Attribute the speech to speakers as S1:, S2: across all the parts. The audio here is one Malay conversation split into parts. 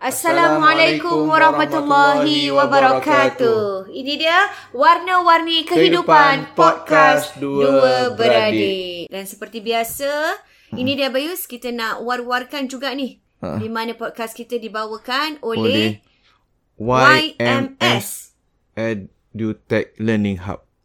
S1: Assalamualaikum warahmatullahi wabarakatuh. Ini dia warna-warni kehidupan
S2: Kehidupan
S1: podcast
S2: Podcast
S1: dua
S2: Dua
S1: beradik. Dan seperti biasa, ini dia Bayus kita nak war-warkan juga ni.
S2: Ha.
S1: Di mana podcast kita dibawakan
S2: Oleh
S1: oleh
S2: YMS
S1: YMS.
S2: EduTech Learning Hub.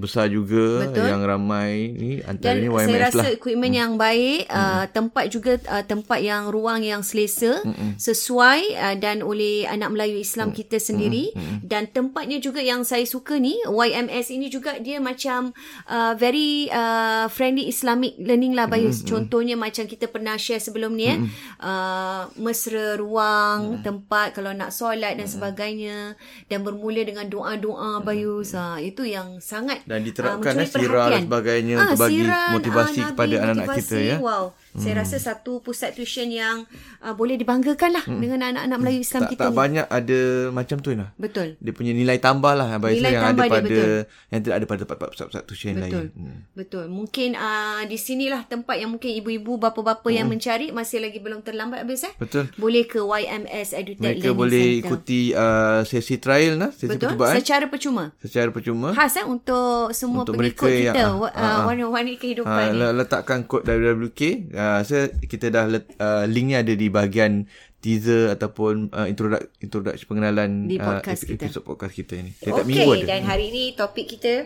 S2: besar juga
S1: Betul.
S2: yang ramai ni
S1: Dan
S2: antaranya
S1: saya
S2: YMS
S1: rasa
S2: lah. Hmm.
S1: equipment yang baik, uh, tempat juga uh, tempat yang ruang yang selesa, sesuai uh, dan oleh anak Melayu
S2: Hmm.
S1: Islam kita sendiri dan tempatnya juga yang saya suka ni YMS ini juga dia macam uh, very uh, friendly Islamic learning lah
S2: Hmm.
S1: Bayus. Contohnya macam kita pernah share sebelum ni eh uh, mesra
S2: Hmm.
S1: ruang, tempat kalau nak solat dan sebagainya dan bermula dengan
S2: Hmm.
S1: doa-doa Bayus. Ha, itu yang sangat ah,
S2: Dan diterapkan
S1: mencuri
S2: lah sirah dan
S1: perhatian. Ah,
S2: sebagainya untuk bagi motivasi kepada anak-anak kita, ya.
S1: Wow. Hmm. Saya rasa satu pusat tuition yang uh, boleh dibanggakan lah hmm. dengan anak-anak Melayu Islam
S2: Tak,
S1: kita
S2: tak
S1: ni.
S2: banyak ada macam tu lah.
S1: Betul.
S2: Dia punya nilai tambah lah Abang
S1: Nilai
S2: Ismail, yang ada
S1: tambah dia,
S2: pada
S1: betul.
S2: yang tidak ada pada tempat pusat-pusat tuition
S1: Betul.
S2: lain. Hmm.
S1: Betul. Mungkin uh, di sinilah tempat yang mungkin ibu-ibu, bapa-bapa hmm. yang mencari masih lagi belum terlambat habis eh.
S2: Betul.
S1: Boleh ke YMS Edutech
S2: Mereka
S1: Learning
S2: boleh
S1: Centre.
S2: ikuti uh, sesi trial lah, sesi
S1: Betul.
S2: percubaan
S1: Secara percuma.
S2: secara percuma.
S1: Khas eh untuk semua
S2: Untuk
S1: pengikut
S2: mereka
S1: kita
S2: yang-
S1: wa-
S2: ah,
S1: uh,
S2: ah.
S1: warna-warni kehidupan
S2: Ha,
S1: ni.
S2: le- letakkan kod WWK. Uh, saya kita dah let, uh, linknya ada di bahagian teaser ataupun uh, introduc introduction pengenalan
S1: Di
S2: ah,
S1: podcast
S2: epi-
S1: kita.
S2: episod podcast kita ni. Setiap minggu
S1: Okey,
S2: ada.
S1: dan hari ini topik kita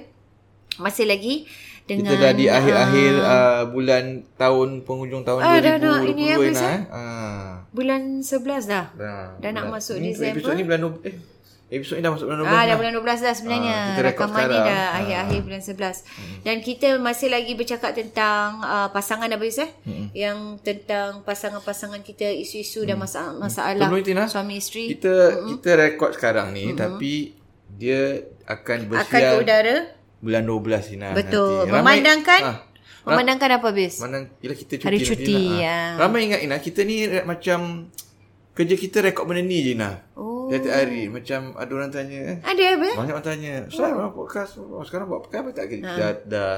S1: masih lagi dengan
S2: Kita dah di
S1: ah,
S2: akhir-akhir uh, bulan tahun penghujung tahun
S1: Ah, dah,
S2: 2020
S1: dah. Ini apa,
S2: Ina,
S1: Zah?
S2: eh. Ah.
S1: Bulan 11 dah. Dah nak
S2: bulan-
S1: masuk
S2: ni
S1: Disember.
S2: Episod ni bulan Nov- eh episod ni dah masuk bulan November.
S1: Ah, dah
S2: lah.
S1: bulan 12 dah sebenarnya.
S2: Ah,
S1: Ah,
S2: kita rekod
S1: Rakaman ni
S2: sekarang.
S1: dah
S2: Ah.
S1: akhir-akhir bulan 11. Hmm. Dan kita masih lagi bercakap tentang uh, pasangan apa Yus eh? Hmm. Yang tentang pasangan-pasangan kita, isu-isu hmm. dan masa- masalah
S2: Sebelum itu, Ina,
S1: suami isteri
S2: Kita kita rekod sekarang ni tapi dia akan
S1: Mm-hmm. akan ke
S2: bersiar
S1: udara.
S2: bulan 12 Ina
S1: Betul.
S2: nanti.
S1: Memandangkan
S2: ah, ra-
S1: Memandangkan apa Yus?
S2: Mana Yelah kita cuti
S1: Hari
S2: nanti,
S1: cuti,
S2: Ina. Ah.
S1: ya.
S2: Ramai ingat Ina Kita ni re- macam Kerja kita rekod benda ni je Ina
S1: Oh.
S2: Setiap hari Macam ada orang tanya eh,
S1: Ada apa?
S2: Banyak orang tanya Ustaz oh. podcast oh, Sekarang buat apa apa tak kerja dah, dah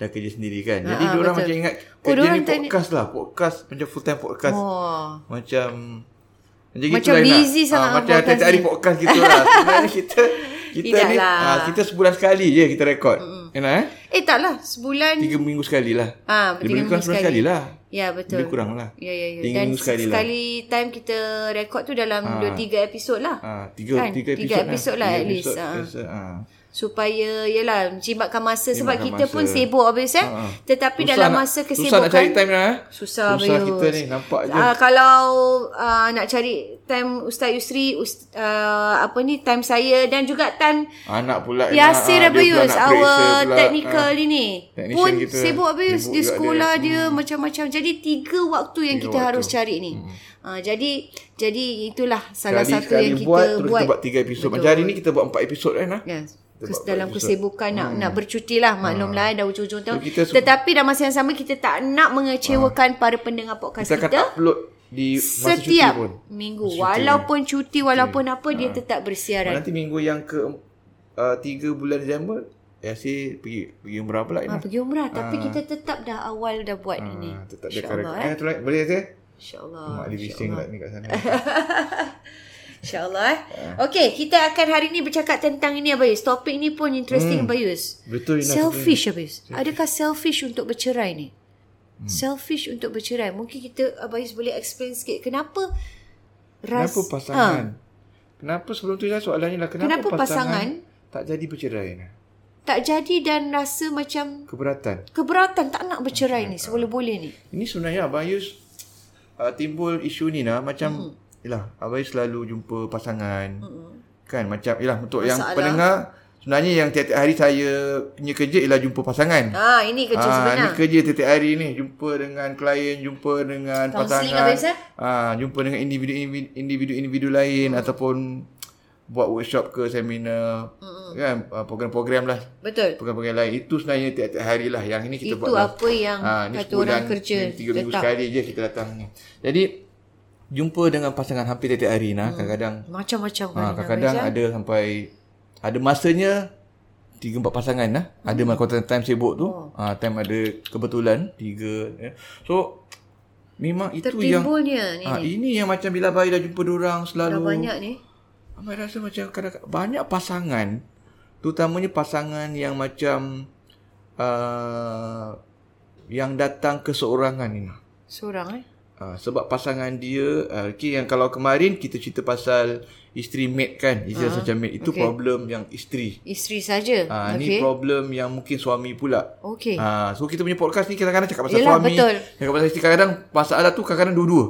S2: dah kerja sendiri kan Jadi
S1: Ha, ha,
S2: ha, orang
S1: Ah. betul.
S2: macam ingat
S1: Oh,
S2: Kerja
S1: diorang
S2: ni
S1: tanya-
S2: podcast lah Podcast Macam full time podcast
S1: Oh.
S2: Macam
S1: Macam
S2: gitulah, Ina. Ah,
S1: busy sangat
S2: Macam
S1: podcast
S2: tiap hari
S1: ni.
S2: podcast gitu lah Sebenarnya kita Kita ni
S1: Tidaklah.
S2: ha, Kita sebulan sekali je kita rekod Enak eh
S1: Eh taklah, sebulan
S2: Tiga minggu sekali lah
S1: Ah,
S2: Lebih
S1: tiga
S2: kurang
S1: minggu
S2: sebulan
S1: sekali.
S2: sekali lah
S1: Ya betul.
S2: Lebih kurang lah
S1: Ya ya ya.
S2: Tiga
S1: Dan
S2: minggu sekali
S1: sekali,
S2: lah.
S1: time kita rekod tu dalam 2 3 episod lah.
S2: ha, Tiga,
S1: Kan?
S2: tiga
S1: Tiga
S2: episod
S1: episod lah at least,
S2: episod,
S1: ha.
S2: episod, ha.
S1: supaya yalah jimatkan masa sebab
S2: Jimatkan
S1: kita
S2: masa. Ah,
S1: pun sibuk obvious eh ha, tetapi
S2: Susah
S1: dalam
S2: nak-
S1: masa
S2: Susah
S1: kesibukan
S2: nak cari time lah eh.
S1: susah,
S2: Susah
S1: Bayus.
S2: kita ni nampak je.
S1: Ah, kalau uh, nak cari time Ustaz Yusri Ust, uh, apa ni time saya dan juga time
S2: Anak pula.
S1: Yasir
S2: ah, dia pula
S1: Abayus
S2: nak periksa
S1: our
S2: pula.
S1: technical
S2: Ah.
S1: ini
S2: Technician
S1: pun
S2: kita
S1: sibuk Abayus di
S2: sibuk juga Hmm.
S1: sekolah dia, macam-macam jadi tiga waktu yang kita harus cari ni Ah, jadi jadi itulah salah
S2: Sekali-
S1: satu
S2: sekali
S1: yang kita
S2: buat,
S1: buat,
S2: Terus kita buat tiga episod. Macam hari ni kita buat empat episod kan lah.
S1: Ya. Kes,
S2: buat
S1: dalam
S2: episod. Hmm. Ah.
S1: kesibukan nak nak bercuti lah maklumlah dah hujung-hujung tahun.
S2: So, kita se-
S1: Tetapi dalam masa yang sama kita tak nak mengecewakan para pendengar podcast
S2: Kita akan
S1: kita.
S2: upload di masa cuti Ah.
S1: Setiap
S2: pun.
S1: minggu walaupun cuti walaupun apa dia tetap bersiaran.
S2: Nanti minggu yang ke uh, tiga bulan Disember, Yasir pergi pergi umrah pula.
S1: Ha,
S2: Ha,
S1: pergi umrah tapi kita tetap dah awal dah buat ini.
S2: Ah, tetap dia
S1: Insya-Allah
S2: karakan.
S1: eh. Oh,
S2: Eh, tu lain. Boleh Yasir?
S1: Insya-Allah.
S2: Mak dia bising pula ni kat Ya. sana.
S1: Insya-Allah eh. Okey, kita akan hari ni bercakap tentang ini Abayus. Topik ni pun interesting Abayus.
S2: Hmm. Betul Ina. Hmm.
S1: Selfish Abayus. Adakah selfish untuk bercerai ni? Selfish untuk bercerai. Mungkin kita Abayus boleh explain sikit kenapa ras- Ha.
S2: Kenapa pasangan? Kenapa sebelum tu Ina soalannya lah kenapa,
S1: Kenapa pasangan
S2: tak jadi bercerai Ina?
S1: tak jadi dan rasa macam
S2: Keberatan.
S1: keberatan tak nak bercerai ni seboleh-boleh ni.
S2: Ini sebenarnya Abang Yus uh, timbul isu ni lah macam hmm. yalah Abang Yus selalu jumpa pasangan. Hmm. Kan macam yalah untuk Masalah. yang
S1: Masalah.
S2: pendengar sebenarnya yang tiap-tiap hari saya punya kerja ialah jumpa pasangan.
S1: Ha, ini kerja
S2: Ah,
S1: sebenar.
S2: Ni kerja tiap-tiap hari ni jumpa dengan klien, jumpa dengan
S1: Counselling eh?
S2: pasangan.
S1: apa biasa?
S2: Ah, jumpa dengan individu-individu individu-individu lain hmm. ataupun buat workshop ke seminar hmm. kan ah, program-program lah
S1: Betul.
S2: program-program lain itu sebenarnya tiap-tiap hari lah yang ini kita
S1: Itu
S2: buat lah.
S1: apa yang
S2: Ah, ni
S1: kata
S2: sebulan,
S1: orang kerja
S2: ni tiga minggu
S1: letak.
S2: sekali je kita datang ni jadi jumpa dengan pasangan hampir tiap-tiap hari
S1: Mm.
S2: nah kadang-kadang
S1: Macam-macam kan.
S2: Ha,
S1: Abayus,
S2: kadang-kadang
S1: eh.
S2: ada sampai ada masanya tiga empat pasangan lah. Ada hmm. masa time sibuk tu. Oh. Ha, time ada kebetulan tiga. eh. So memang itu yang
S1: timbulnya ni.
S2: ha, ini yang macam bila bayi dah jumpa orang
S1: Dah
S2: selalu
S1: banyak ni.
S2: Amai rasa macam kadang banyak pasangan terutamanya pasangan yang macam uh, yang datang keseorangan ni.
S1: Seorang eh.
S2: Ha, sebab pasangan dia uh, okay, yang kalau kemarin kita cerita pasal isteri maid
S1: Ha,
S2: kan istilah uh, macam maid itu okay. problem yang isteri
S1: Isteri saja.
S2: ha, okay. ni
S1: Okey.
S2: problem yang mungkin suami pula
S1: Okey.
S2: ha, so kita punya podcast ni kadang-kadang cakap pasal
S1: Yelah,
S2: suami
S1: betul.
S2: cakap pasal isteri kadang-kadang masalah tu kadang-kadang dua-dua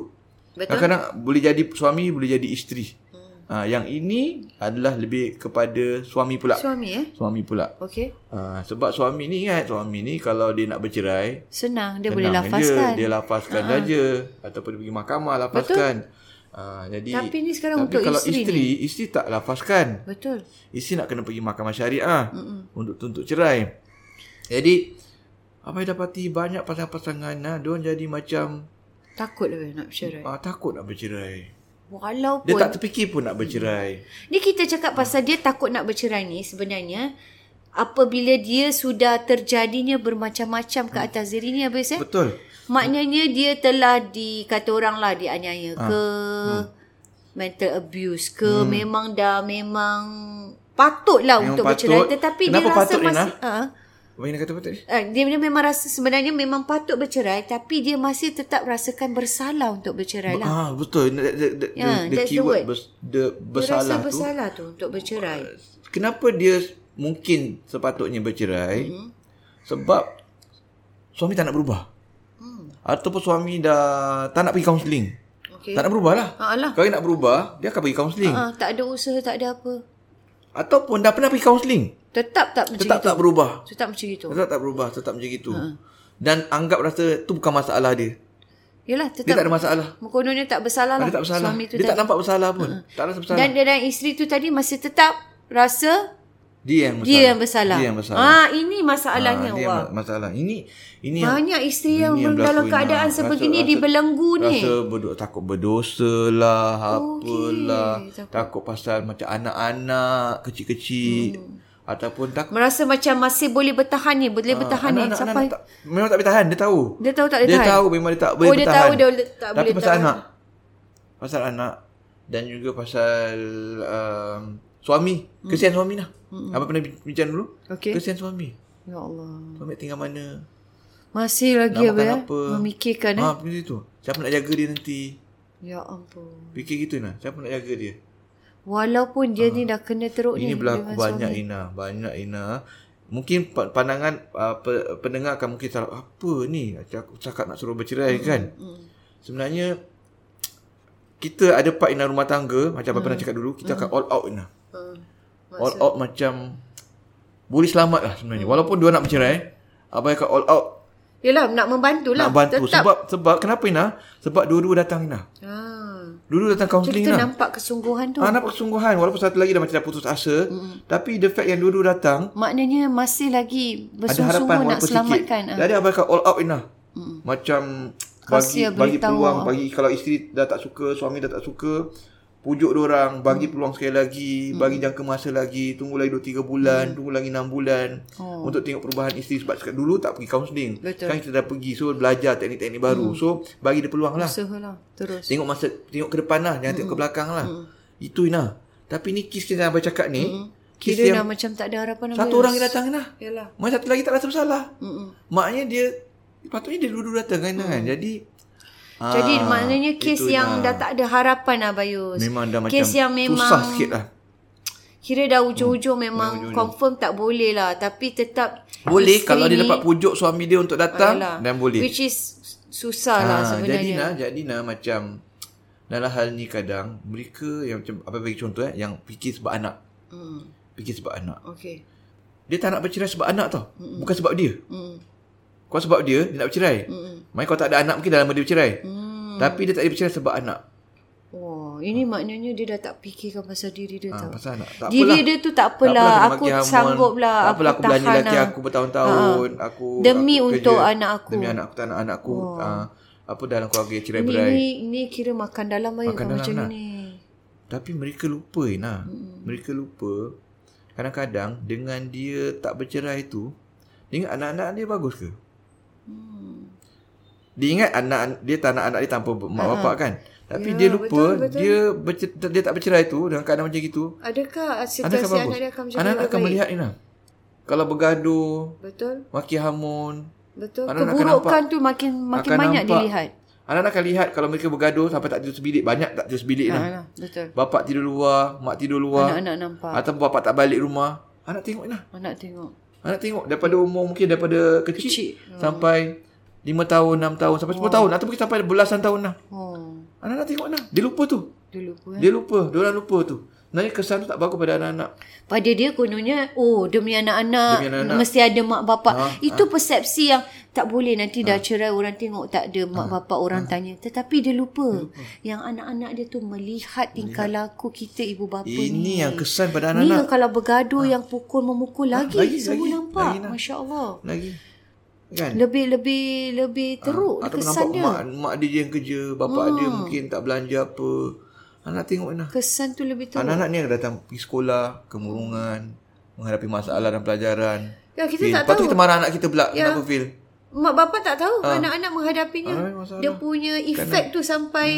S1: Betul.
S2: kadang-kadang boleh jadi suami boleh jadi isteri hmm. ha, yang ini adalah lebih kepada suami pula
S1: Suami eh.
S2: suami pula
S1: Okey.
S2: ha, sebab suami ni ingat suami ni kalau dia nak bercerai
S1: Senang dia boleh
S2: Senang
S1: lafazkan. Ha.
S2: je. Dia lafazkan uh-huh. saja ataupun dia pergi mahkamah lafazkan. Uh, jadi
S1: Tapi ni sekarang
S2: tapi
S1: untuk
S2: kalau
S1: isteri
S2: isteri, isteri tak lafazkan.
S1: Betul.
S2: Isteri nak kena pergi mahkamah syariah untuk tuntut cerai. Jadi apa dapati banyak pasangan-pasangan nah, diorang jadi macam
S1: Takut lah nak bercerai.
S2: uh, takut nak bercerai. Dia
S1: Walaupun
S2: tak terfikir pun nak bercerai.
S1: ni kita cakap pasal dia takut nak bercerai ni sebenarnya apabila dia sudah terjadinya bermacam-macam
S2: Hmm.
S1: ke atas dirinya habis eh.
S2: Betul.
S1: Maknanya dia telah di kata orang lah dianiaya
S2: Ah,
S1: ke
S2: hmm.
S1: mental abuse ke memang dah memang patutlah
S2: Memang
S1: untuk
S2: patut.
S1: bercerai tetapi
S2: Kenapa
S1: dia rasa
S2: patut,
S1: masih
S2: Lina?
S1: ha?
S2: Apa yang dia kata betul?
S1: Uh, dia memang rasa sebenarnya memang patut bercerai tapi dia masih tetap rasakan bersalah untuk bercerai lah.
S2: Ah betul. The, the, the,
S1: Ya,
S2: the, the
S1: that's the
S2: keyword
S1: word.
S2: bes, the
S1: dia rasa
S2: bersalah tu
S1: bersalah tu untuk bercerai.
S2: kenapa dia mungkin sepatutnya
S1: Hmm.
S2: bercerai mm-hmm. sebab suami tak nak berubah. Mm.
S1: Hmm.
S2: Ataupun suami dah tak nak pergi kaunseling.
S1: Okey.
S2: Tak nak berubah lah.
S1: Ha lah.
S2: Kalau dia nak berubah, dia akan pergi kaunseling.
S1: Ha, tak ada usaha, tak ada apa.
S2: Ataupun dah pernah pergi kaunseling.
S1: Tetap tak macam
S2: Tetap
S1: itu.
S2: tak berubah.
S1: Tetap macam itu.
S2: Tetap tak berubah. Tetap macam itu.
S1: Ah.
S2: Dan anggap rasa tu bukan masalah dia.
S1: Yalah,
S2: Dia tak
S1: tetap
S2: ada masalah.
S1: kononnya tak bersalah lah.
S2: Dia tak bersalah.
S1: Suami tu Ah.
S2: Dia tak
S1: tadi.
S2: nampak bersalah pun. Tak rasa bersalah.
S1: Dan dia dan isteri tu tadi masih tetap rasa
S2: Dia yang bersalah.
S1: dia yang bersalah.
S2: Dia yang bersalah.
S1: Ah, ini masalahnya.
S2: Ah, dia
S1: Wah.
S2: yang masalah. Ini ini yang
S1: Banyak isteri yang,
S2: Ini yang
S1: dalam
S2: berlaku,
S1: keadaan
S2: Ina.
S1: sebegini
S2: Rasa-
S1: dibelenggu ni.
S2: Rasa berdo- takut berdosa lah, apalah.
S1: eh. Oh, Okey,
S2: Takut. takut pasal macam anak-anak kecil-kecil. Hmm. Ataupun takut.
S1: Merasa macam masih boleh bertahan ni, boleh bertahan ni
S2: Ah, anak-anak
S1: eh, sampai
S2: tak, memang tak boleh tahan, dia tahu.
S1: dia tahu tak
S2: Dia,
S1: boleh
S2: dia
S1: tahan.
S2: tahu memang dia tak boleh
S1: Oh, dia
S2: bertahan.
S1: tahu dia le- tak
S2: Tapi
S1: boleh
S2: pasal
S1: tahan.
S2: anak. Pasal anak. Dan juga pasal um, suami. Kesian suami lah. Hmm. Abang pernah bincang dulu.
S1: Okey.
S2: Kesian suami.
S1: Ya Allah.
S2: Suami tinggal mana.
S1: Masih lagi
S2: Nak
S1: apa,
S2: makan
S1: ya?
S2: apa?
S1: memikirkan eh.
S2: Ha, macam tu. Siapa nak jaga dia nanti.
S1: Ya ampun.
S2: Fikir gitu nah. Siapa nak jaga dia?
S1: Walaupun dia ni dah kena teruk
S2: Ah. Ini
S1: ni
S2: berlaku
S1: dengan
S2: banyak
S1: suami.
S2: Ina, banyak Ina. Mungkin pa- pandangan uh, pe- pendengar akan mungkin salah apa ni aku cakap nak suruh bercerai hmm. kan. Hmm. Sebenarnya kita ada part Ina rumah tangga macam apa
S1: Hmm.
S2: pernah cakap dulu kita akan all out Ina. all out macam boleh selamat lah sebenarnya.
S1: Hmm.
S2: Walaupun dia nak bercerai, abang akan all out
S1: Yelah nak membantulah
S2: nak bantu
S1: tetap.
S2: sebab sebab kenapa Ina? Sebab dua-dua datang Ina.
S1: ah.
S2: Dua-dua datang kaunseling
S1: Kita
S2: Ina.
S1: nampak kesungguhan tu.
S2: Ah, nampak kesungguhan walaupun satu lagi dah macam dah putus asa
S1: Hmm.
S2: mm. tapi the fact yang dua-dua datang
S1: Maknanya masih lagi
S2: ada harapan
S1: bersungguh-sungguh nak
S2: walaupun
S1: selamatkan.
S2: sikit.
S1: Ah.
S2: Jadi abang akan all out Inah. Hmm. Macam bagi
S1: Rahsia
S2: bagi
S1: beritahu.
S2: peluang bagi kalau isteri dah tak suka, suami dah tak suka, pujuk dia orang, bagi hmm. peluang sekali lagi, hmm. bagi jangka masa lagi, tunggu lagi 2 3 bulan, hmm. tunggu lagi 6 bulan oh. untuk tengok perubahan isteri sebab sekarang dulu tak pergi kaunseling.
S1: Betul.
S2: Sekarang kita dah pergi so belajar teknik-teknik baru. Hmm. So bagi dia peluang lah.
S1: Usaha lah. Terus.
S2: Tengok masa tengok ke depan lah, jangan tengok ke belakang lah. Itu Inah. Tapi ni kes yang abang cakap ni, kes
S1: Kira dah
S2: yang
S1: macam tak ada harapan ya?
S2: satu orang yang datang Inah.
S1: Yalah.
S2: Mak satu lagi tak rasa bersalah. Mm-mm. Maknya dia patutnya dia dulu datang kan kan. Jadi
S1: Jadi
S2: ah,
S1: maknanya kes
S2: itu
S1: yang
S2: dah.
S1: dah tak ada harapan lah Bayus.
S2: memang dah macam
S1: kes yang memang
S2: susah sikit Hmm. lah.
S1: Kira dah ujung-ujung memang confirm tak boleh lah tapi tetap
S2: Boleh
S1: isteri
S2: kalau dia
S1: ni-
S2: dapat pujuk suami dia untuk datang
S1: Yalah.
S2: dan boleh.
S1: Which is susah lah
S2: Ah, Jadi
S1: sebenarnya.
S2: nah, jadi nah macam dalam hal ni kadang mereka yang macam apa bagi contoh eh yang fikir sebab anak.
S1: Hmm.
S2: Fikir sebab anak.
S1: Okay.
S2: Dia tak nak bercerai sebab anak tau. Mm-mm. Bukan sebab dia.
S1: Hmm.
S2: Kau sebab dia dia nak bercerai.
S1: Mm-mm.
S2: Mai kau tak ada anak mungkin dah lama dia bercerai.
S1: Hmm.
S2: Tapi dia tak ada bercerai sebab anak.
S1: Wah, ini maknanya dia dah tak fikirkan pasal diri dia
S2: Ah,
S1: tau.
S2: pasal anak. Tak
S1: diri
S2: apalah.
S1: dia tu tak
S2: Tak apalah
S1: apalah,
S2: kena
S1: aku
S2: maki hamun.
S1: sanggup lah,
S2: Tak apalah aku,
S1: aku
S2: belanja
S1: tahan
S2: laki
S1: lah. Ha,
S2: aku bertahun-tahun. Aku
S1: Demi
S2: aku
S1: untuk anak aku.
S2: Demi anak aku, tak anak anakku. Oh. Uh, apa dalam keluarga cerai
S1: Ni,
S2: berai.
S1: ni, ni kira makan dalam ayo
S2: Makan
S1: makan
S2: dalam
S1: macam
S2: lah.
S1: ni.
S2: Tapi mereka lupa Ina. Hmm. Mereka lupa kadang-kadang dengan dia tak bercerai tu dengan anak-anak dia bagus ke?
S1: Hmm.
S2: Dia ingat anak dia tak nak anak dia tanpa mak bapak kan? Tapi dia lupa
S1: Ha, Ya, betul, betul.
S2: dia bercer- dia tak bercerai tu dengan keadaan macam gitu.
S1: Adakah
S2: Anak
S1: situasi
S2: akan
S1: anak dia akan
S2: bagus.
S1: menjadi
S2: Anak
S1: lebih
S2: akan
S1: baik?
S2: melihat Ina. Kalau bergaduh,
S1: Betul?
S2: maki hamun,
S1: Betul.
S2: Anak-anak akan
S1: Keburukan tu makin makin
S2: Akan
S1: banyak
S2: nampak.
S1: dilihat.
S2: Anak-anak akan lihat kalau mereka bergaduh sampai tak tidur sebilik. Banyak tak tidur sebilik
S1: Ha,
S2: lah.
S1: lah, betul.
S2: Bapak tidur luar, mak tidur luar.
S1: Anak-anak nampak.
S2: Atau bapak tak balik rumah. Anak tengok lah.
S1: Anak tengok.
S2: Anak tengok daripada umur mungkin daripada kecil,
S1: Kecil.
S2: kecil. sampai 5 tahun, 6 tahun, sampai 10 tahun. Atau mungkin sampai belasan tahun lah.
S1: Oh,
S2: Anak-anak tengok lah. Dia lupa tu.
S1: dulu pun.
S2: Dia lupa. Diorang lupa tu. Sebenarnya kesan tu tak bagus pada anak-anak.
S1: Pada dia kononnya Oh demi anak-anak,
S2: Demi anak-anak.
S1: Mesti ada mak bapak ha, Itu ha. persepsi yang Tak boleh nanti
S2: Ha.
S1: dah cerai Orang tengok tak ada mak bapak Orang tanya Tetapi dia lupa, Yang anak-anak dia tu Melihat tingkah laku kita ibu bapa
S2: Ini
S1: ni
S2: yang kesan pada
S1: Ni yang
S2: anak-anak. Ha.
S1: kalau bergaduh Yang pukul-memukul lagi,
S2: lagi,
S1: Semua
S2: lagi,
S1: nampak
S2: lagi nak.
S1: Masya Allah
S2: Lagi. Kan?
S1: Lebih-lebih Lebih teruk
S2: Ha. Atau nampak
S1: Kesan dia Hmm.
S2: mak, mak dia je yang kerja. Bapak dia mungkin tak belanja apa. Anak tengok lah. Ina.
S1: Kesan tu lebih teruk
S2: Anak-anak ni yang datang pergi sekolah, kemurungan, menghadapi masalah dan pelajaran.
S1: Ya kita
S2: Feel.
S1: tak
S2: Eh, Lepas tu
S1: tahu
S2: kita marah anak kita pula. Ya. Kenapa Feel?
S1: Mak bapak tak tahu ha. anak-anak menghadapinya.
S2: Ah, masalah.
S1: dia punya efek tu sampai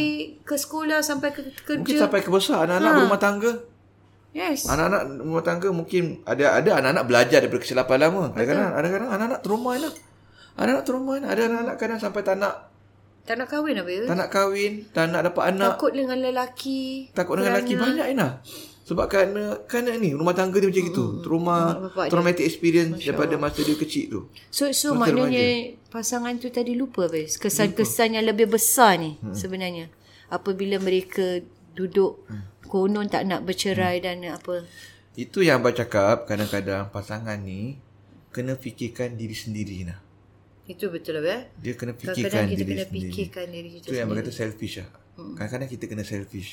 S1: ke sekolah, sampai ke
S2: Hmm. Mungkin
S1: kerja.
S2: sampai ke
S1: Ha.
S2: besar anak-anak berumah tangga.
S1: Yes.
S2: Anak-anak rumah tangga mungkin ada ada anak-anak belajar daripada kesilapan lama. Kadang-kadang kadang-kadang anak-anak trauma lah. Anak-anak trauma lah. Ada anak-anak kadang sampai tak nak
S1: Tak nak kahwin apa ya?
S2: tak nak kahwin, tak nak dapat anak,
S1: Takut dengan lelaki.
S2: takut dengan lelaki banyak Ina. Sebab kerana kerana ni rumah tangga dia macam gitu.
S1: Hmm.
S2: Trauma
S1: bapak dia.
S2: traumatic experience daripada masa dia kecil tu.
S1: So so maknanya pasangan tu tadi lupa bes. Kesan-kesan yang lebih besar ni hmm. sebenarnya. Apabila mereka duduk hmm. konon tak nak bercerai hmm. dan apa.
S2: Itu yang abang cakap Kadang-kadang pasangan ni Kena fikirkan diri sendiri lah
S1: Itu betul lah eh.
S2: Dia kena
S1: Kadang-kadang
S2: fikirkan
S1: kita
S2: diri
S1: kena
S2: sendiri
S1: fikirkan diri Hmm. kita
S2: Itu yang abang kata selfish lah Kadang-kadang kita kena selfish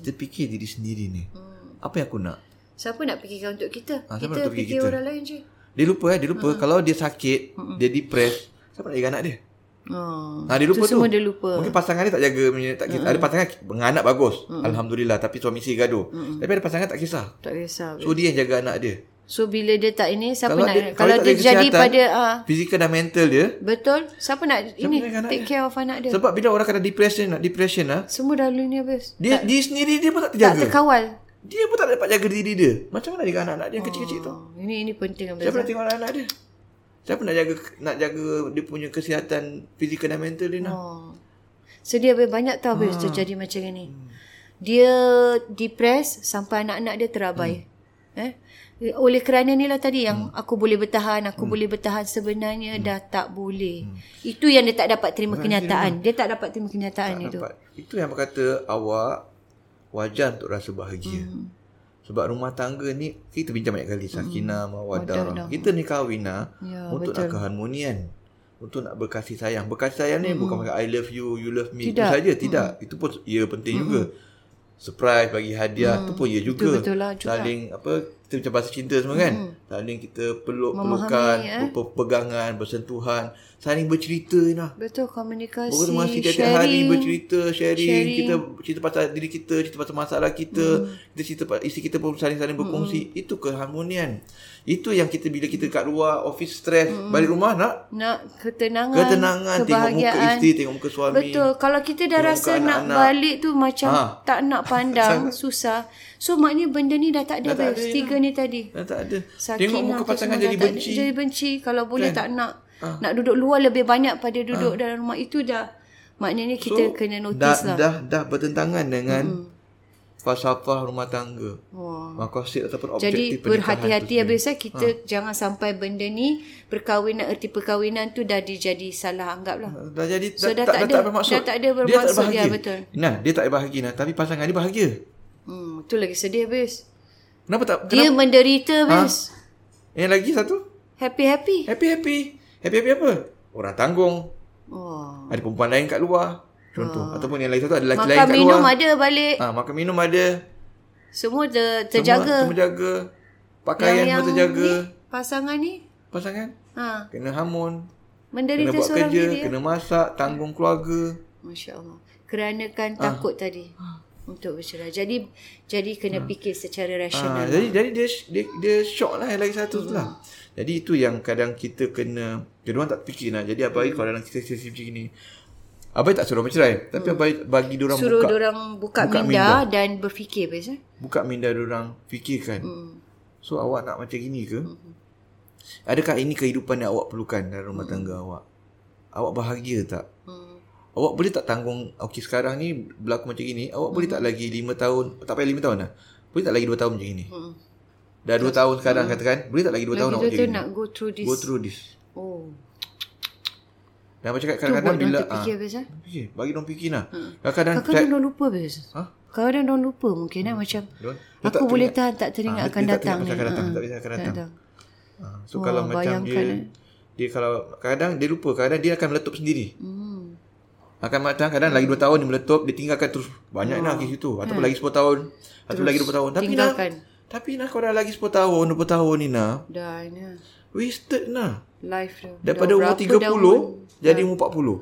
S2: Kita fikir diri sendiri ni
S1: Hmm.
S2: Apa yang aku nak
S1: Siapa nak fikirkan untuk kita?
S2: Ah, siapa
S1: kita
S2: nak
S1: fikir
S2: untuk kita?
S1: orang lain je.
S2: Dia lupa eh Dia
S1: Hmm.
S2: lupa Kalau dia sakit Dia depressed Siapa nak jaga anak dia
S1: Oh.
S2: Ha, dia
S1: Hmm.
S2: lupa
S1: Itu
S2: tu.
S1: semua dia lupa. Hmm.
S2: Mungkin pasangan dia tak jaga punya- tak kisah. Ada pasangan Menganak bagus Alhamdulillah Tapi suami isteri gaduh
S1: Hmm.
S2: Tapi ada pasangan tak kisah
S1: Tak kisah.
S2: So dia yang jaga anak dia
S1: So bila dia tak ini siapa
S2: Kalau
S1: nak
S2: dia-
S1: kalau,
S2: kalau
S1: dia
S2: tak ada
S1: jadi
S2: kesihatan,
S1: pada ah
S2: Fizikal dan mental dia
S1: betul siapa nak ini
S2: nak anak
S1: take
S2: dia?
S1: care of anak dia.
S2: Sebab bila orang kena depression nak Depression lah
S1: Semua dah lalu ni habis.
S2: Dia dia sendiri dia pun tak
S1: Tak
S2: terjaga.
S1: terkawal.
S2: dia pun tak dapat jaga diri dia. Macam mana dengan anak-anak dia yang kecil-kecil tu?
S1: Oh, ini ini penting
S2: Siapa
S1: Abang.
S2: nak tengok anak-anak dia? Siapa nak jaga nak jaga dia punya kesihatan fizikal dan mental dia nak? Hmm.
S1: Oh. So dia lebih banyak tahu habis terjadi macam ini. dia depressed sampai anak-anak dia terabai. Hmm. Eh? Oleh kerana inilah tadi yang hmm. aku boleh bertahan, aku hmm. boleh bertahan sebenarnya hmm. dah tak boleh. Hmm. Itu yang dia tak dapat terima kenyataan. Dia tak dapat terima kenyataan
S2: Tak
S1: itu.
S2: dapat. Itu yang kata awak wajar untuk rasa bahagia. Hmm. Sebab rumah tangga ni kita bincang banyak kali sakinah,
S1: Hmm.
S2: mawaddah.
S1: Mawaddah.
S2: Kita ni ah, kahwinah
S1: Ya,
S2: untuk nak keharmonian. Untuk nak berkasih sayang. Berkasih sayang ni bukan macam I love you, you love me.
S1: Tidak.
S2: Itu saja tidak. Itu pun ya penting juga. Surprise bagi hadiah tu pun ya juga.
S1: betul lah juga.
S2: Saling apa kita macam bahasa cinta semua kan. Saling kita peluk pelukan, eh? berpegangan, bersentuhan, saling bercerita Inah.
S1: Betul komunikasi,
S2: Orang masih tiap-tiap
S1: sharing.
S2: hari bercerita, sharing,
S1: Sharing.
S2: sharing, kita cerita pasal diri kita, cerita pasal masalah
S1: Hmm.
S2: kita, kita cerita pa- isi kita pun saling-saling berkongsi. Itu keharmonian. Itu yang kita bila kita kat luar, office stress,
S1: Hmm.
S2: balik rumah nak
S1: Nak ketenangan,
S2: ketenangan, tengok muka
S1: Kan, kebahagiaan.
S2: isteri, tengok muka suami.
S1: Betul. Kalau kita dah
S2: Tengok
S1: rasa
S2: kat
S1: nak
S2: anak-anak.
S1: balik tu macam
S2: Ha.
S1: tak nak pandang, susah. So maknanya benda ni dah tak ada
S2: Dah tak
S1: bes.
S2: ada
S1: Tiga ni tadi.
S2: Dah tak ada.
S1: Sakinah
S2: tengok muka
S1: tu
S2: pasangan
S1: semua
S2: jadi
S1: dah tak ada.
S2: benci. Kan? Ha.
S1: Jadi benci. Kalau boleh tak nak. Nak duduk luar lebih banyak pada duduk dalam rumah. Itu dah maknanya kita kena
S2: dah,
S1: notice lah. Hmm.
S2: dah dah bertentangan dengan falsafah rumah tangga.
S1: Wah.
S2: Makosid ataupun
S1: Jadi
S2: objektif pernikahan tu
S1: berhati-hati
S2: sendiri.
S1: habis eh kita ha. jangan sampai benda ni perkahwinan erti perkahwinan tu dah dijadi salah anggap lah.
S2: Dah jadi
S1: So,
S2: dah,
S1: dah tak
S2: tak, dah
S1: ada-
S2: tak bermaksud.
S1: dah tak ada
S2: Dia tak
S1: bermaksud,
S2: bahagia.
S1: ya, betul.
S2: Nah, dia tak bahagia nah, tapi pasangan dia bahagia.
S1: Hmm, tu lagi sedih habis.
S2: Kenapa Ha? tak
S1: Dia menderita habis.
S2: kenapa? Yang lagi satu
S1: Happy-happy.
S2: happy-happy. Happy-happy apa? Orang tanggung.
S1: Oh.
S2: Ada perempuan lain kat luar. Contoh ataupun yang lagi satu ada lelaki
S1: Ah.
S2: lain
S1: Makan
S2: kat
S1: minum
S2: luar.
S1: ada balik.
S2: Ah, makan minum ada.
S1: Semua ter,
S2: Semua
S1: terjaga.
S2: terjaga. Pakaian yang, semua terjaga.
S1: ni, pasangan ni
S2: Pasangan
S1: ha,
S2: kena hamun, kena
S1: menderita
S2: buat
S1: seorang
S2: kerja,
S1: diri.
S2: kena masak, tanggung keluarga.
S1: Masya Allah. Keranakan
S2: Ah.
S1: takut tadi untuk bercerai. Jadi jadi kena fikir secara
S2: Ah,
S1: rasional.
S2: jadi jadi dia dia, dia shock lah yang lagi satu tu lah. Jadi itu yang kadang kita kena kita orang tak fikir lah. Jadi
S1: Hmm.
S2: abai kalau dalam kita sesi macam ni. Abai tak suruh bercerai, tapi abai bagi dia orang
S1: Hmm. Suruh
S2: buka
S1: buka, orang buka,
S2: buka
S1: minda, dan berfikir biasa.
S2: buka minda dia orang fikirkan.
S1: Hmm.
S2: So awak nak macam gini ke? Adakah ini kehidupan yang awak perlukan dalam rumah tangga awak? Awak bahagia tak?
S1: Hmm.
S2: Awak boleh tak tanggung Okey sekarang ni Berlaku macam gini Awak boleh
S1: Hmm.
S2: tak lagi 5 tahun Tak payah 5 tahun lah Boleh tak lagi 2 tahun macam gini
S1: Hmm.
S2: Dah 2 tahun sekarang katakan Boleh tak lagi 2 tahun awak
S1: Lagi
S2: macam
S1: tu
S2: gini
S1: nak go through this.
S2: Go through this
S1: Oh.
S2: Dan macam kat
S1: Tu
S2: kadang-kadang
S1: buat Hmm.
S2: bila
S1: bila, terfikir biasa.
S2: ah, fikir, Bagi dong fikir lah Kadang-kadang
S1: Kadang-kadang dia lupa biasa.
S2: Ha?
S1: Kadang-kadang dia lupa mungkin eh, macam
S2: Dia- dia tak
S1: aku boleh
S2: teringat.
S1: tahan tak teringat
S2: Ah,
S1: akan
S2: dia tak
S1: datang
S2: teringat
S1: ni.
S2: pasal akan datang,
S1: Ha,
S2: tak teringat akan
S1: tak
S2: datang. ah, So
S1: Wah,
S2: kalau macam dia
S1: bayangkan, eh.
S2: Dia kalau Kadang dia lupa Kadang dia akan meletup sendiri
S1: Hmm.
S2: Akan matang kadang lagi 2 tahun dia meletup dia tinggalkan terus banyak lah kes itu ataupun lagi 10 tahun ataupun lagi 20 tahun Oh, tapi
S1: Hmm. tinggalkan.
S2: tinggalkan. nah tapi nah kau dah lagi 10 tahun 20 tahun ni nah
S1: Dah ni.
S2: wasted nah
S1: Life dah. dah
S2: daripada umur
S1: berapa
S2: 30
S1: dah umur-
S2: jadi umur 40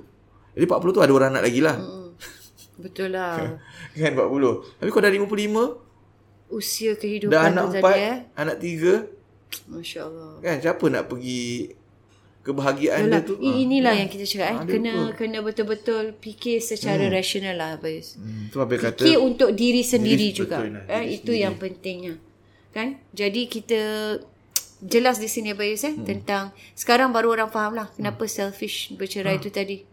S2: jadi 40 tu ada orang anak lagi lah
S1: Hmm. Betul lah.
S2: kan 40 tapi kau dah 55
S1: Usia kehidupan tu
S2: dah anak
S1: tadi
S2: 4
S1: eh.
S2: anak 3
S1: Masya Allah.
S2: kan siapa nak pergi kebahagiaan
S1: Yalah,
S2: dia tu
S1: i- inilah yang kita cakap eh.
S2: Ah, dia
S1: Kena kena betul-betul fikir secara rasional lah Abis.
S2: hmm, tu apa kata
S1: Fikir untuk diri sendiri
S2: Diri-
S1: juga.
S2: betul lah,
S1: eh,
S2: diri
S1: itu yang pentingnya. Kan? Jadi kita jelas di sini Abayus
S2: Hmm.
S1: eh tentang sekarang baru orang faham lah kenapa selfish bercerai
S2: Ah.
S1: itu tadi.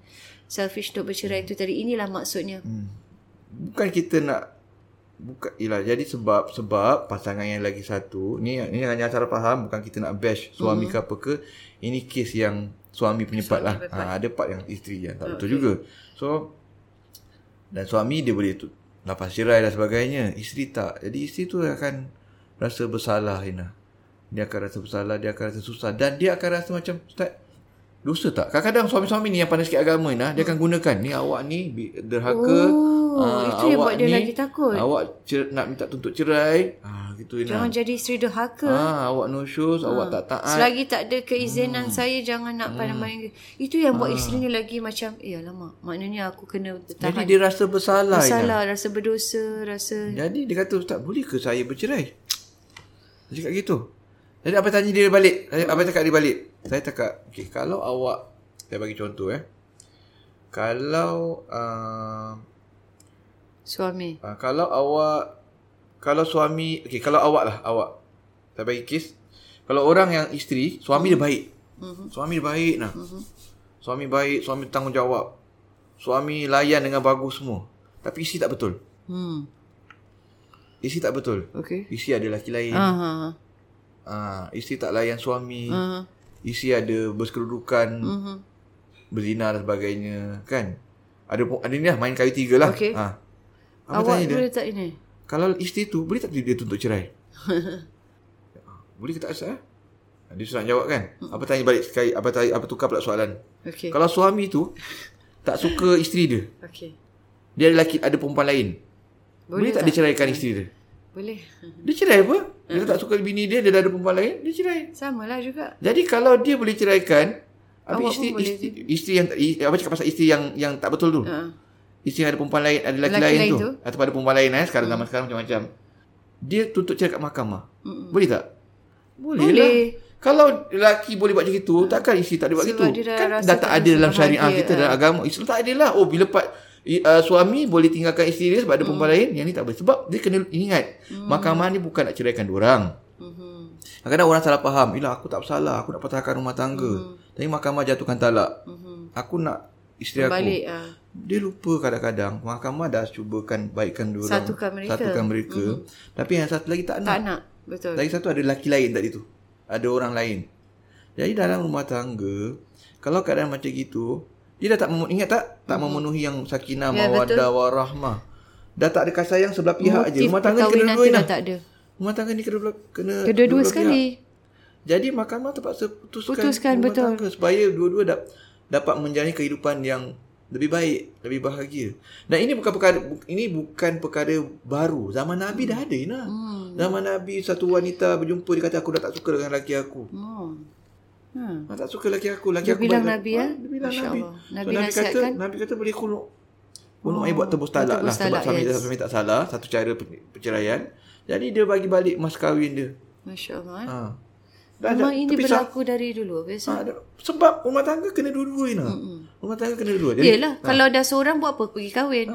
S1: Selfish untuk bercerai itu tadi inilah maksudnya.
S2: Hmm. bukan kita nak bukan ialah jadi sebab sebab pasangan yang lagi satu ni ni hanya cara faham bukan kita nak bash suami mm-hmm. ke apa ke ini kes yang suami punya part lah ha, ada part Ah, yang isteri yang tak betul juga so dan suami dia boleh tu lepas cerai dan sebagainya isteri tak jadi isteri tu akan rasa bersalah Hina dia akan rasa bersalah dia akan rasa susah dan dia akan rasa macam ustaz dosa tak kadang-kadang suami-suami ni yang pandai sikit agama Hina dia akan gunakan ni awak ni bi- derhaka
S1: Oh,
S2: ah,
S1: itu yang
S2: awak
S1: buat dia
S2: ni-
S1: lagi takut.
S2: awak cer- nak minta tuntut cerai ah gitu
S1: Jangan
S2: Hina
S1: jadi isteri durhaka.
S2: ah awak no shows awak tak taat
S1: Selagi tak ada keizinan hmm. saya jangan nak pandang-pandang. Itu yang
S2: Ah.
S1: buat isteri ni lagi macam, eh alamak, maknanya aku kena
S2: jadi
S1: bertahan.
S2: dia rasa bersalah Hina
S1: Salah, rasa berdosa, rasa
S2: Jadi dia kata ustaz boleh ke saya bercerai? Dia cakap gitu. Jadi abang tanya dia balik. Saya abang cakap dia balik. Saya cakap, okay, kalau awak saya bagi contoh eh. Kalau uh,
S1: suami.
S2: uh, kalau awak kalau suami, okay, kalau awak lah awak. Saya bagi kes. Kalau orang yang isteri, suami dia baik. Suami dia baik nah. Suami baik, suami tanggungjawab. Suami layan dengan bagus semua. Tapi isteri tak betul.
S1: Hmm.
S2: Isteri tak betul.
S1: Okey.
S2: Isteri ada lelaki lain.
S1: Ha
S2: Ah.
S1: ha.
S2: Ha, isteri tak layan suami.
S1: Ha.
S2: Isteri ada berkedudukan,
S1: Mhm.
S2: berzina dan sebagainya, kan? Ada pun- ada ni lah main kayu tiga lah.
S1: Okey.
S2: Ah. Apa
S1: Awak
S2: tanya dia?
S1: boleh tak ini?
S2: Kalau isteri tu Boleh tak dia tuntut cerai Boleh ke tak asal eh? Dia sudah nak jawab kan Apa tanya balik sekali Apa, tanya, apa tukar pula soalan
S1: Hmm. Okey.
S2: Kalau suami tu Tak suka isteri dia
S1: Okey.
S2: Dia ada lelaki Ada perempuan lain Boleh,
S1: Boleh
S2: tak,
S1: tak?
S2: dia ceraikan isteri dia
S1: Boleh.
S2: Dia cerai apa Dia
S1: Hmm.
S2: tak suka bini dia Dia dah ada perempuan lain Dia cerai
S1: Sama lah juga.
S2: Jadi kalau dia boleh ceraikan
S1: Awak pun
S2: Habis isteri,
S1: boleh
S2: isteri, isteri yang i, Apa cakap pasal isteri yang yang tak betul tu
S1: Ha.
S2: Isteri yang ada perempuan lain Ada lelaki
S1: Lelaki
S2: lain,
S1: lain
S2: tu,
S1: tu. Hmm.
S2: Atau ada perempuan lain eh, Sekarang zaman sekarang macam-macam Dia tuntut cerai kat mahkamah
S1: Mm-mm.
S2: Boleh tak? Boleh,
S1: Boleh. Hmm.
S2: lah Kalau lelaki boleh buat macam itu Takkan isteri tak boleh buat
S1: Sebab
S2: gitu
S1: dia dah
S2: Kan
S1: rasa
S2: dah tak
S1: tak
S2: ada dalam syariah
S1: bahagia,
S2: kita Dalam
S1: ah.
S2: agama Islam tak ada lah Oh bila part i- uh, suami boleh tinggalkan isteri dia Sebab
S1: Hmm.
S2: ada perempuan lain Yang ni tak boleh Sebab dia kena ingat Mahkamah ni bukan nak ceraikan orang
S1: Mhm.
S2: Kadang-kadang orang salah faham Yelah aku tak bersalah Aku nak patahkan rumah tangga Tapi mahkamah jatuhkan talak
S1: Mhm.
S2: Aku nak isteri aku
S1: Balik ah.
S2: dia lupa kadang-kadang mahkamah dah cubakan baikkan dua orang
S1: Satukan kan mereka.
S2: satukan mereka tapi yang satu lagi tak nak
S1: Tak nak. Betul.
S2: kan lagi satu ada lelaki lain tadi tu. Ada orang lain. Jadi dalam rumah tangga, kalau keadaan macam gitu, dia dah tak mem- ingat tak? Tak memenuhi yang sakinah,
S1: Ya,
S2: mawaddah, warahmah. Dah tak ada kasih sayang sebelah pihak aje.
S1: Motif
S2: Rumah tangga ni
S1: perkahwinan tu
S2: kedua-dua
S1: dah
S2: lah.
S1: tak ada.
S2: Rumah tangga ni kedua-dua kena
S1: Kedua-dua sekali.
S2: Pihak. Jadi mahkamah terpaksa putuskan,
S1: Putuskan,
S2: rumah
S1: betul.
S2: tangga supaya dua-dua dap, dapat menjalani kehidupan yang lebih baik, lebih bahagia. Dan ini bukan perkara bu- ini bukan perkara baru. Zaman Nabi dah ada, Ina.
S1: Hmm.
S2: Zaman Nabi satu wanita berjumpa dia kata aku dah tak suka dengan lelaki aku.
S1: Oh. Hmm.
S2: Aku tak suka lelaki aku, lelaki
S1: Dia
S2: aku.
S1: bilang
S2: baik-
S1: Nabi, ya?
S2: Ah, Dia bilang
S1: Masya
S2: Nabi.
S1: Allah.
S2: Nabi,
S1: Nabi
S2: so, Nabi kata,
S1: nasihatkan?
S2: Nabi kata boleh kunuk. Kunuk
S1: Oh,
S2: oh, buat tebus talak lah
S1: tebus
S2: sebab
S1: talak,
S2: suami
S1: yes.
S2: suami tak salah, satu cara pe- perceraian. Jadi dia bagi balik mas kahwin dia.
S1: Masya Allah. eh.
S2: Ha. Dah,
S1: Memang
S2: dah,
S1: ini
S2: terpisah.
S1: berlaku dari dulu. Biasa.
S2: Ha, dah- sebab rumah tangga kena dua-dua ni. Rumah tangga kena dua. Jadi, ah.
S1: Yelah. Kalau dah seorang buat apa? Pergi kahwin.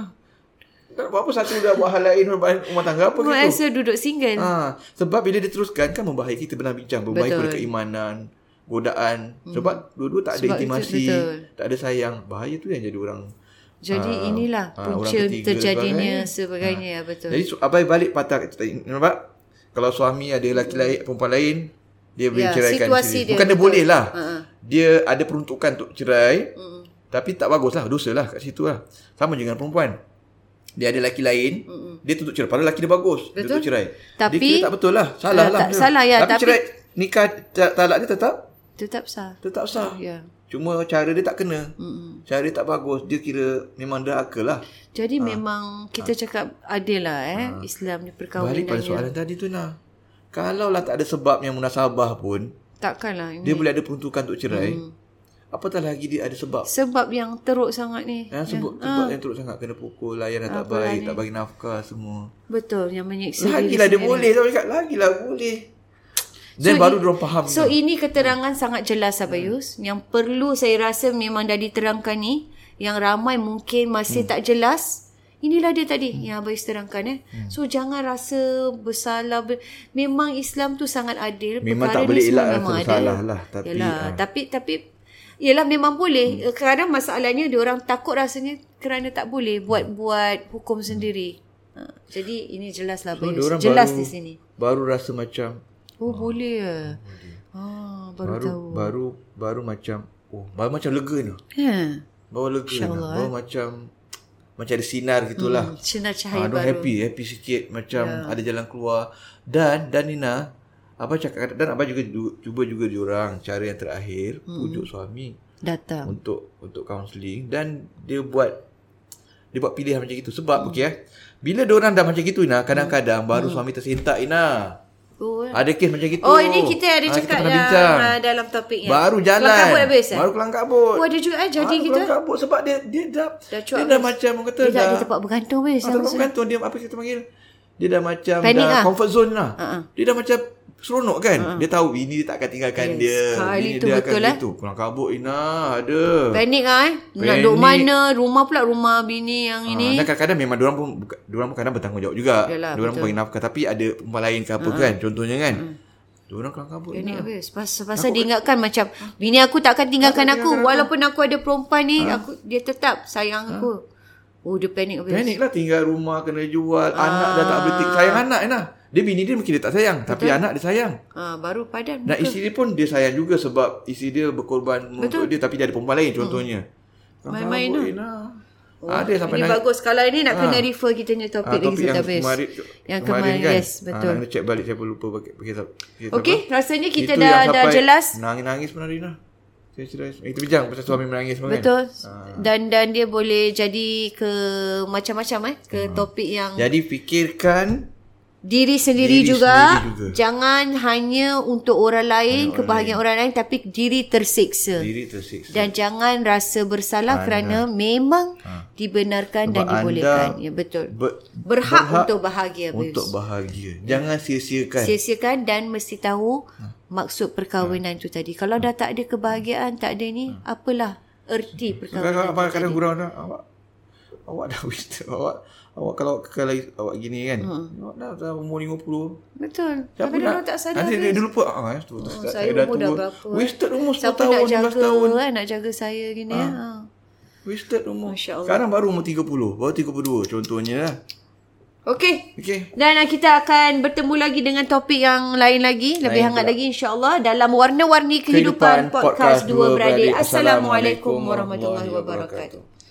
S2: tak buat apa satu dah buat hal lain rumah tangga apa
S1: Buat
S2: gitu.
S1: asal duduk single.
S2: Ha, sebab bila diteruskan kan membahaya kita benar bincang membahaya
S1: Betul.
S2: kepada keimanan, godaan. Sebab dua-dua tak ada
S1: Sebab itu,
S2: intimasi,
S1: betul.
S2: tak ada sayang. Bahaya tu yang jadi orang.
S1: Jadi
S2: Ah,
S1: inilah
S2: ah,
S1: punca
S2: orang ketiga
S1: terjadinya
S2: sebagainya. Ah.
S1: sebagainya ya betul.
S2: Jadi su- abai balik patah kita nampak kalau suami ada lelaki lain perempuan lain dia
S1: Ya,
S2: boleh ceraikan
S1: situasi
S2: sendiri.
S1: dia,
S2: Bukan dia
S1: betul.
S2: boleh lah.
S1: Ha, ha.
S2: Dia ada peruntukan untuk cerai.
S1: Mm-mm.
S2: Tapi tak bagus lah Dosa lah kat situ lah Sama je dengan perempuan Dia ada lelaki lain Mm-mm. Dia tuntut cerai Padahal lelaki dia bagus Dia
S1: Betul.
S2: tuntut cerai
S1: Tapi-
S2: Dia kira tak betul lah Salah
S1: Ah,
S2: lah
S1: tak salah, ya.
S2: tapi,
S1: Tapi-
S2: cerai Nikah ta- talak dia tetap
S1: Tetap sah.
S2: Tetap sah
S1: Ya.
S2: Cuma cara dia tak kena Mm-mm. Cara dia tak bagus Dia kira Memang dah akal lah
S1: Jadi memang kita cakap adil lah eh Islam ni
S2: Ah. Balik pada
S1: perkahwinan.
S2: soalan tadi tu lah Kalau lah tak ada sebab Yang munasabah pun
S1: Takkanlah ini.
S2: Dia boleh ada peruntukan untuk cerai
S1: Hmm.
S2: Apatah lagi dia ada sebab
S1: Sebab yang teruk sangat ni.
S2: Ya, sebab,
S1: Ah.
S2: sebab yang teruk sangat Kena pukul Layanan tak
S1: lah
S2: baik Tak bagi nafkah semua
S1: Betul yang menyiksa diri
S2: Lagilah dia
S1: sendiri.
S2: boleh Saya cakap lagilah boleh Then
S1: So, i-
S2: baru
S1: Ya.
S2: diorang faham
S1: So ini keterangan sangat jelas Abayus hmm. yang perlu saya rasa memang dah diterangkan ni yang ramai mungkin masih hmm. tak jelas. Inilah dia tadi hmm. yang Abayus terangkan eh. Hmm. So jangan rasa bersalah ber- memang Islam tu sangat adil.
S2: Memang
S1: Perkara
S2: tak boleh
S1: ni semua
S2: elak rasa
S1: memang
S2: bersalah
S1: ada.
S2: lah, tapi,
S1: Yalah,
S2: ah.
S1: tapi tapi Yelah memang boleh. Hmm. Kadang masalahnya diorang takut rasanya kerana tak boleh buat-buat hukum sendiri. Ha, jadi ini jelas lah Abayus.
S2: diorang
S1: jelas
S2: baru-
S1: di sini.
S2: Baru rasa macam
S1: Oh boleh ya. Ah baru,
S2: Baru
S1: tahu.
S2: Baru Baru macam Oh baru macam lega ni
S1: Ya.
S2: Baru lega ni Baru
S1: eh.
S2: macam Macam ada sinar gitulah
S1: Hmm, sinar cahaya
S2: Ha,
S1: baru. Ya.
S2: dia happy, happy sikit macam yeah. ada jalan keluar. Dan dan Nina, abang cakap dan abang juga ju- cuba juga diorang cara yang terakhir
S1: Hmm.
S2: mm. pujuk suami
S1: Datang.
S2: untuk untuk counselling dan dia buat dia buat pilihan macam itu sebab hmm. okey eh. Bila diorang dah macam gitu Ina,
S1: Hmm.
S2: kadang-kadang baru suami tersentak Ina.
S1: Oh, eh.
S2: Ada kes macam gitu.
S1: oh ini kita ada
S2: Ah,
S1: cakap
S2: pernah
S1: yang
S2: bincang.
S1: ah, dalam topik yang
S2: Baru jalan.
S1: Kelang kabut habis eh?
S2: Baru kelang kabut.
S1: Oh ada juga eh jadi
S2: Ah,
S1: kita
S2: kelang kabut sebab dia dia dah
S1: Dah cuak
S2: dia dah macam orang kata
S1: dia tak
S2: dah
S1: ada tempat bergantung habis.
S2: Ah, terus bergantung dia apa kita panggil? Dia dah macam
S1: Panic
S2: dah
S1: lah.
S2: comfort zone lah.
S1: Ha-ha.
S2: Dia dah macam seronok kan. Dia tahu ini dia tak akan tinggalkan
S1: ha. Yes.
S2: dia.
S1: Kali
S2: Ini
S1: tu
S2: dia
S1: betul,
S2: akan
S1: eh.
S2: gitu. Pulang kabut Ina ada.
S1: Panik ah eh. Nak
S2: Panik.
S1: duduk mana? Rumah pula rumah bini yang
S2: Ah,
S1: ini.
S2: dan kadang-kadang memang diorang pun buka- diorang pun kadang bertanggungjawab juga.
S1: Yalah, Ha,
S2: diorang pun bagi nafkah tapi ada perempuan lain ke apa kan contohnya kan. Diorang kelang kabut
S1: Panik
S2: Ina.
S1: habis. Pasal, pasal dia ingatkan macam
S2: Ah.
S1: bini aku tak akan tinggalkan aku walaupun aku ada perempuan ni aku dia tetap sayang aku. Oh, dia panik habis.
S2: Panik lah tinggal rumah kena jual, anak dah tak boleh tinggal.
S1: Ah.
S2: Sayang anak Ina. Dia bini dia mungkin dia tak sayang, tapi anak dia sayang.
S1: Ha, baru padan.
S2: Dan isteri dia pun dia sayang juga sebab isteri dia berkorban untuk dia tapi dia ada perempuan
S1: Hmm.
S2: lain contohnya. Main-main lah. Ina. Ada sampai
S1: Ini
S2: nangis.
S1: bagus. Kalau ini nak kena refer kita punya topik
S2: Ah,
S1: lagi
S2: topik yang
S1: Zultabis.
S2: kemarin,
S1: Yang
S2: kemarin,
S1: kemarin,
S2: kan?
S1: yes, betul.
S2: Ah, kita check balik siapa lupa pakai pakai sab- pakai sabun.
S1: Okey, rasanya kita
S2: Itu
S1: dah-
S2: yang
S1: dah
S2: sampai
S1: jelas.
S2: Nangis-nangis pun Rina. Saya cerai. Eh, Kita bincang pasal suami menangis pun kan.
S1: Betul. Dan dan dia boleh jadi ke macam-macam eh, ke
S2: Hmm.
S1: topik yang
S2: Jadi fikirkan
S1: diri sendiri
S2: Diri
S1: juga,
S2: sendiri juga.
S1: Jangan hanya untuk orang lain, kebahagiaan orang lain tapi diri tersiksa.
S2: diri tersiksa. Ah, ya.
S1: Dan jangan rasa bersalah kerana memang dibenarkan dan
S2: Sebab
S1: dibolehkan.
S2: anda
S1: Ya betul.
S2: Ber-
S1: berhak, untuk bahagia Bayus.
S2: untuk bahagia. Jangan sia-siakan.
S1: sia-siakan dan mesti tahu
S2: Ah.
S1: maksud perkahwinan tu tadi. Kalau dah tak ada kebahagiaan, tak ada ni,
S2: Ah.
S1: apalah erti perkahwinan.
S2: Kadang-kadang abang kadang gurau dah awak awak dah wisdom awak awak kalau kalau awak gini kan. Awak dah, dah umur 50.
S1: Betul.
S2: Siapa
S1: Hmm. Kadang-kadang
S2: nak?
S1: orang tak sadar.
S2: Nanti dia,
S1: Bayus.
S2: dia lupa. Ah, tu, tu,
S1: Oh, saya umur dah berapa, eh?
S2: Wasted umur 10
S1: Siapa
S2: tahun,
S1: nak
S2: 15
S1: jaga
S2: tahun.
S1: kan, nak jaga saya gini ha. ha.
S2: Wasted umur.
S1: Masya Allah.
S2: Sekarang baru umur 30. Baru 32 contohnya lah.
S1: Okey.
S2: Okey.
S1: Dan uh, kita akan bertemu lagi dengan topik yang lain lagi, lebih hangat lagi insya-Allah dalam warna-warni kehidupan,
S2: Kehidupan
S1: podcast,
S2: Podcast
S1: dua
S2: Dua Beradik.
S1: beradik. Assalamualaikum
S2: Assalamualaikum
S1: warahmatullahi
S2: warahmatullahi
S1: wabarakatuh.